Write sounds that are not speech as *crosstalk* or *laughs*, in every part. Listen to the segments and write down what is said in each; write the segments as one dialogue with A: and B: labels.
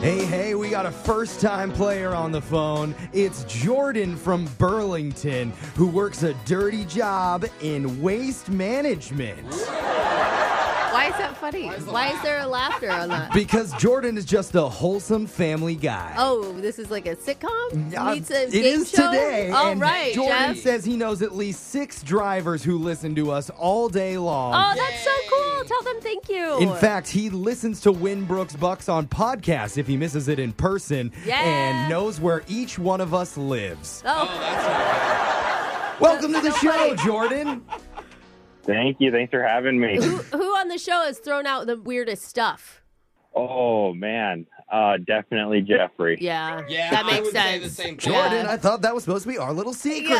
A: Hey, hey, we got a first time player on the phone. It's Jordan from Burlington who works a dirty job in waste management.
B: Why is that funny? Why is, there a laughter
A: *laughs*
B: on that?
A: Because Jordan is just a wholesome family guy.
B: Oh, this is like a sitcom?
A: Uh,
B: Meets a
A: it
B: game
A: is
B: show?
A: today.
B: All
A: and
B: right,
A: Jordan
B: Jeff.
A: says he knows at least six drivers who listen to us all day long.
B: Oh, that's so cool. Tell them thank you.
A: In fact, he listens to Win Brooks Bucks on podcast if he misses it in person
B: Yeah.
A: and knows where each one of us lives.
C: *laughs*
B: Oh,
A: Welcome to the
B: so
A: show,
B: funny.
A: Jordan.
D: Thank you. Thanks for having me.
B: who, who on the show has thrown out the weirdest stuff?
D: oh man, uh, definitely Jeffrey.
B: Yeah.
C: Yeah,
B: that
C: I
B: makes
C: would
B: sense.
C: say the same thing.
A: Jordan,
B: Yeah.
A: I thought that was supposed to be our little secret.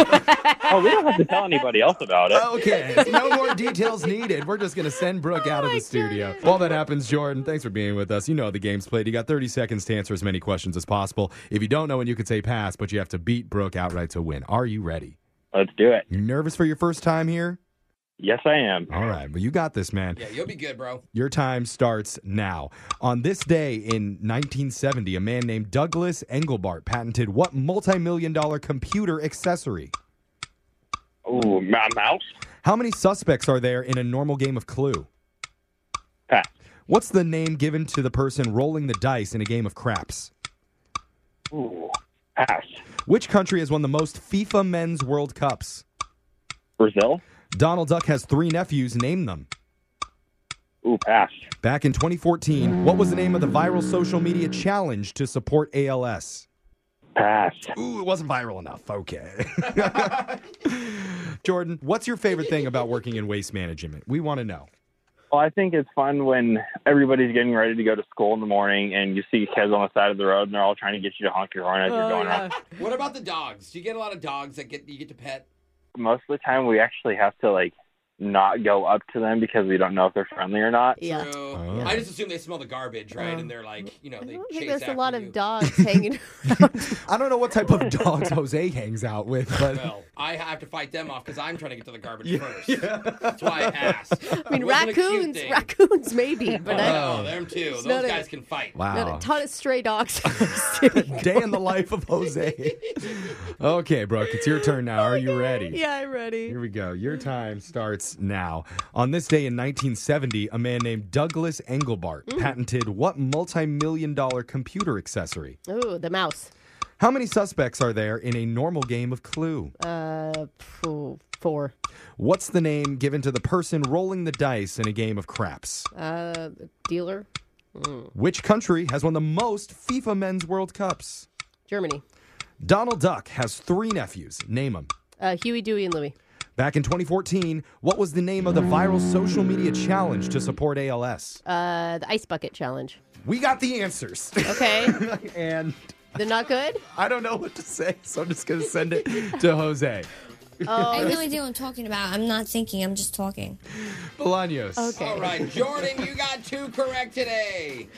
D: Oh, we don't have to tell anybody else about
B: Oh.
D: it.
A: okay, no more details needed. We're just going to send Brooke out of the studio. While that happens, Jordan, thanks for being with us. You know how the game's played. You got 30 seconds to answer as many questions as possible. If you don't know, and you can say pass, but you have to beat Brooke outright to win. Are you ready?
D: Let's do it.
A: You nervous for your first time here?
D: Yes, I am.
A: All right, well, you got this, man.
C: Yeah, you'll be good, bro.
A: Your time starts now. On this day in 1970, a man named Douglas Engelbart patented what multi-million dollar computer accessory?
D: Ooh, my mouse.
A: How many suspects are there in a normal game of Clue?
D: Pat.
A: What's the name given to the person rolling the dice in a game of craps?
D: Ooh, pass.
A: Which country has won the most FIFA Men's World Cups?
D: Brazil.
A: Donald Duck has three nephews. Name them.
D: Ooh, pass.
A: Back in 2014, what was the name of the viral social media challenge to support ALS?
D: Pass.
A: Ooh, it wasn't viral enough. Okay. *laughs* Jordan, what's your favorite thing about working in waste management? We want to know.
D: Well, I think it's fun when everybody's getting ready to go to school in the morning, and you see kids on the side of the road, and they're all trying to get you to honk your horn as
B: Oh,
D: you're going around.
C: What about the dogs? Do you get a lot of dogs that get you get to pet?
D: Most of the time, we actually have to like not go up to them because we don't know if they're friendly or not.
B: Yeah.
C: True.
A: Oh.
C: I just assume they smell the garbage, right?
B: Uh,
C: and they're like, you know,
B: I
C: they
B: don't
C: chase
B: think there's a
C: after
B: lot
C: you.
B: of dogs hanging around.
A: I don't know what type of *laughs* dogs Jose hangs out with, *laughs* but
C: Well, I have to fight them off because I'm trying to get to
A: *laughs*
C: the garbage first. That's why I asked.
B: *laughs* I mean, raccoons, raccoons maybe, but I,
C: Oh, them too. Those
B: not a-
C: guys can fight.
B: not
A: wow.
B: a ton of stray dogs. *laughs* in the city.
A: *laughs* Day in the life of Jose. Okay, Brooke, it's your turn now. Are you ready?
B: yeah, I'm ready.
A: Here we go. Your time starts now. On this day in 1970, a man named Douglas Engelbart
B: Mm.
A: patented what multi-million dollar computer accessory?
B: Ooh, the mouse.
A: How many suspects are there in a normal game of Clue?
B: Uh, phew, four.
A: What's the name given to the person rolling the dice in a game of craps?
B: Uh, dealer,
A: Which country has won the most FIFA Men's World Cups?
B: Germany.
A: Donald Duck has three nephews. Name them.
B: Uh, Huey, Dewey, and Louie.
A: Back in 2014, what was the name of the viral social media challenge to support ALS?
B: Uh, the ice bucket challenge.
A: We got the
B: *laughs*
A: answers. *laughs*
B: Okay,
A: and
B: they're not good.
A: I don't know what to say, so I'm just going to send it to Jose.
E: I have no idea what I'm talking about. I'm not thinking. I'm just talking.
A: Bolaños.
B: Okay.
C: All right, Jordan, you got two correct today.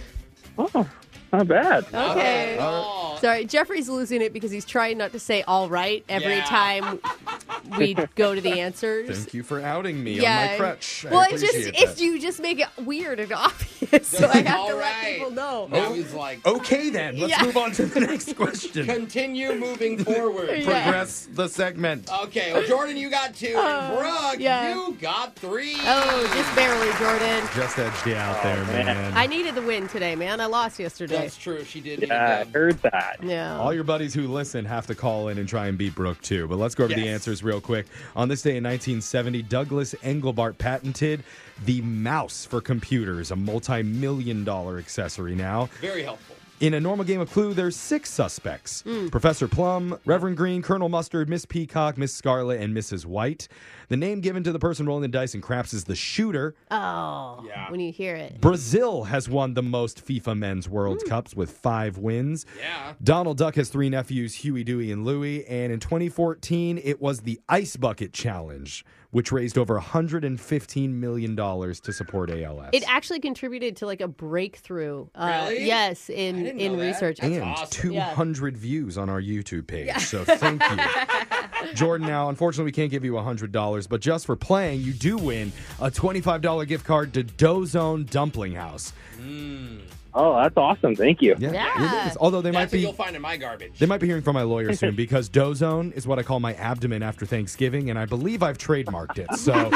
D: Oh, not bad.
B: Okay.
C: Oh,
B: Sorry, Jeffrey's losing it because he's trying not to say all right every
C: Yeah.
B: time
A: *laughs*
B: we go to the answers.
A: Thank you for outing me on my crutch. I
B: well, it's just
A: appreciate
B: if
A: that.
B: you just make it weird and obvious, so I have
C: All
B: to let
C: right.
B: people know.
C: Now he's like,
A: Okay, then. Let's
B: Yeah.
A: move on to the next
B: *laughs*
A: question.
C: continue moving forward.
B: Yeah.
A: Progress the segment.
C: Okay, well, Jordan, you got two. and Brooke,
B: Oh, yeah.
C: you got three.
B: Oh, just barely, Jordan.
A: Just edged you out there, man.
B: Oh, I needed the win today, man. I lost yesterday.
C: That's true. She did. need
D: Yeah, I
C: them.
D: heard that.
B: Yeah.
A: All your buddies who listen have to call in and try and beat Brooke too. But let's go over the
C: Yes.
A: answers real quick. On this day in 1970, Douglas Engelbart patented the mouse for computers, a multi-million dollar accessory now.
C: Very helpful.
A: In a normal game of Clue, there's six suspects.
C: Hmm.
A: Professor Plum, Reverend Green, Colonel Mustard, Miss Peacock, Miss Scarlet, and Mrs. White. The name given to the person rolling the dice in craps is the shooter.
C: Uh.
B: Oh,
C: Yeah.
B: when you hear it.
A: Brazil has won the most FIFA Men's World Cups with five wins.
C: Hmm. Yeah.
A: Donald Duck has three nephews, Huey, Dewey, and Louie. And in 2014, it was the Ice Bucket Challenge, which raised over $115 million to support ALS.
B: It actually contributed to like a breakthrough. Uh,
C: Really?
B: Yes,
C: I
B: in
C: didn't
B: in
C: know that.
B: research.
C: That's
A: and
C: awesome.
A: 200 views on our YouTube page. So thank you.
B: *laughs*
A: Jordan, now, unfortunately, we can't give you $100, but just for playing, you do win a $25 gift card to Dozone Dumpling House.
D: Oh, that's awesome. Thank you.
A: Yeah,
B: Yeah.
A: it is. Although they
C: That's
A: might
C: what
A: be
C: you'll find in my garbage.
A: They might be hearing from my lawyer soon because dozone is what I call my abdomen after Thanksgiving, and I believe I've trademarked it. So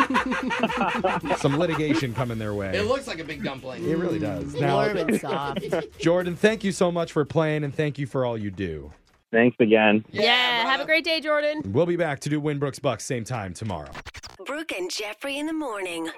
A: some litigation coming their way.
C: It looks Mm, like a big dumpling.
A: It really does.
B: Warm
A: Now,
B: and soft. yeah,
A: Jordan, thank you so much for playing, and thank you for all you do.
D: Thanks again.
B: have a
C: brother.
B: great day, Jordan.
A: We'll be back to do Winbrooks Bucks same time tomorrow.
F: Brooke and Jeffrey in the morning.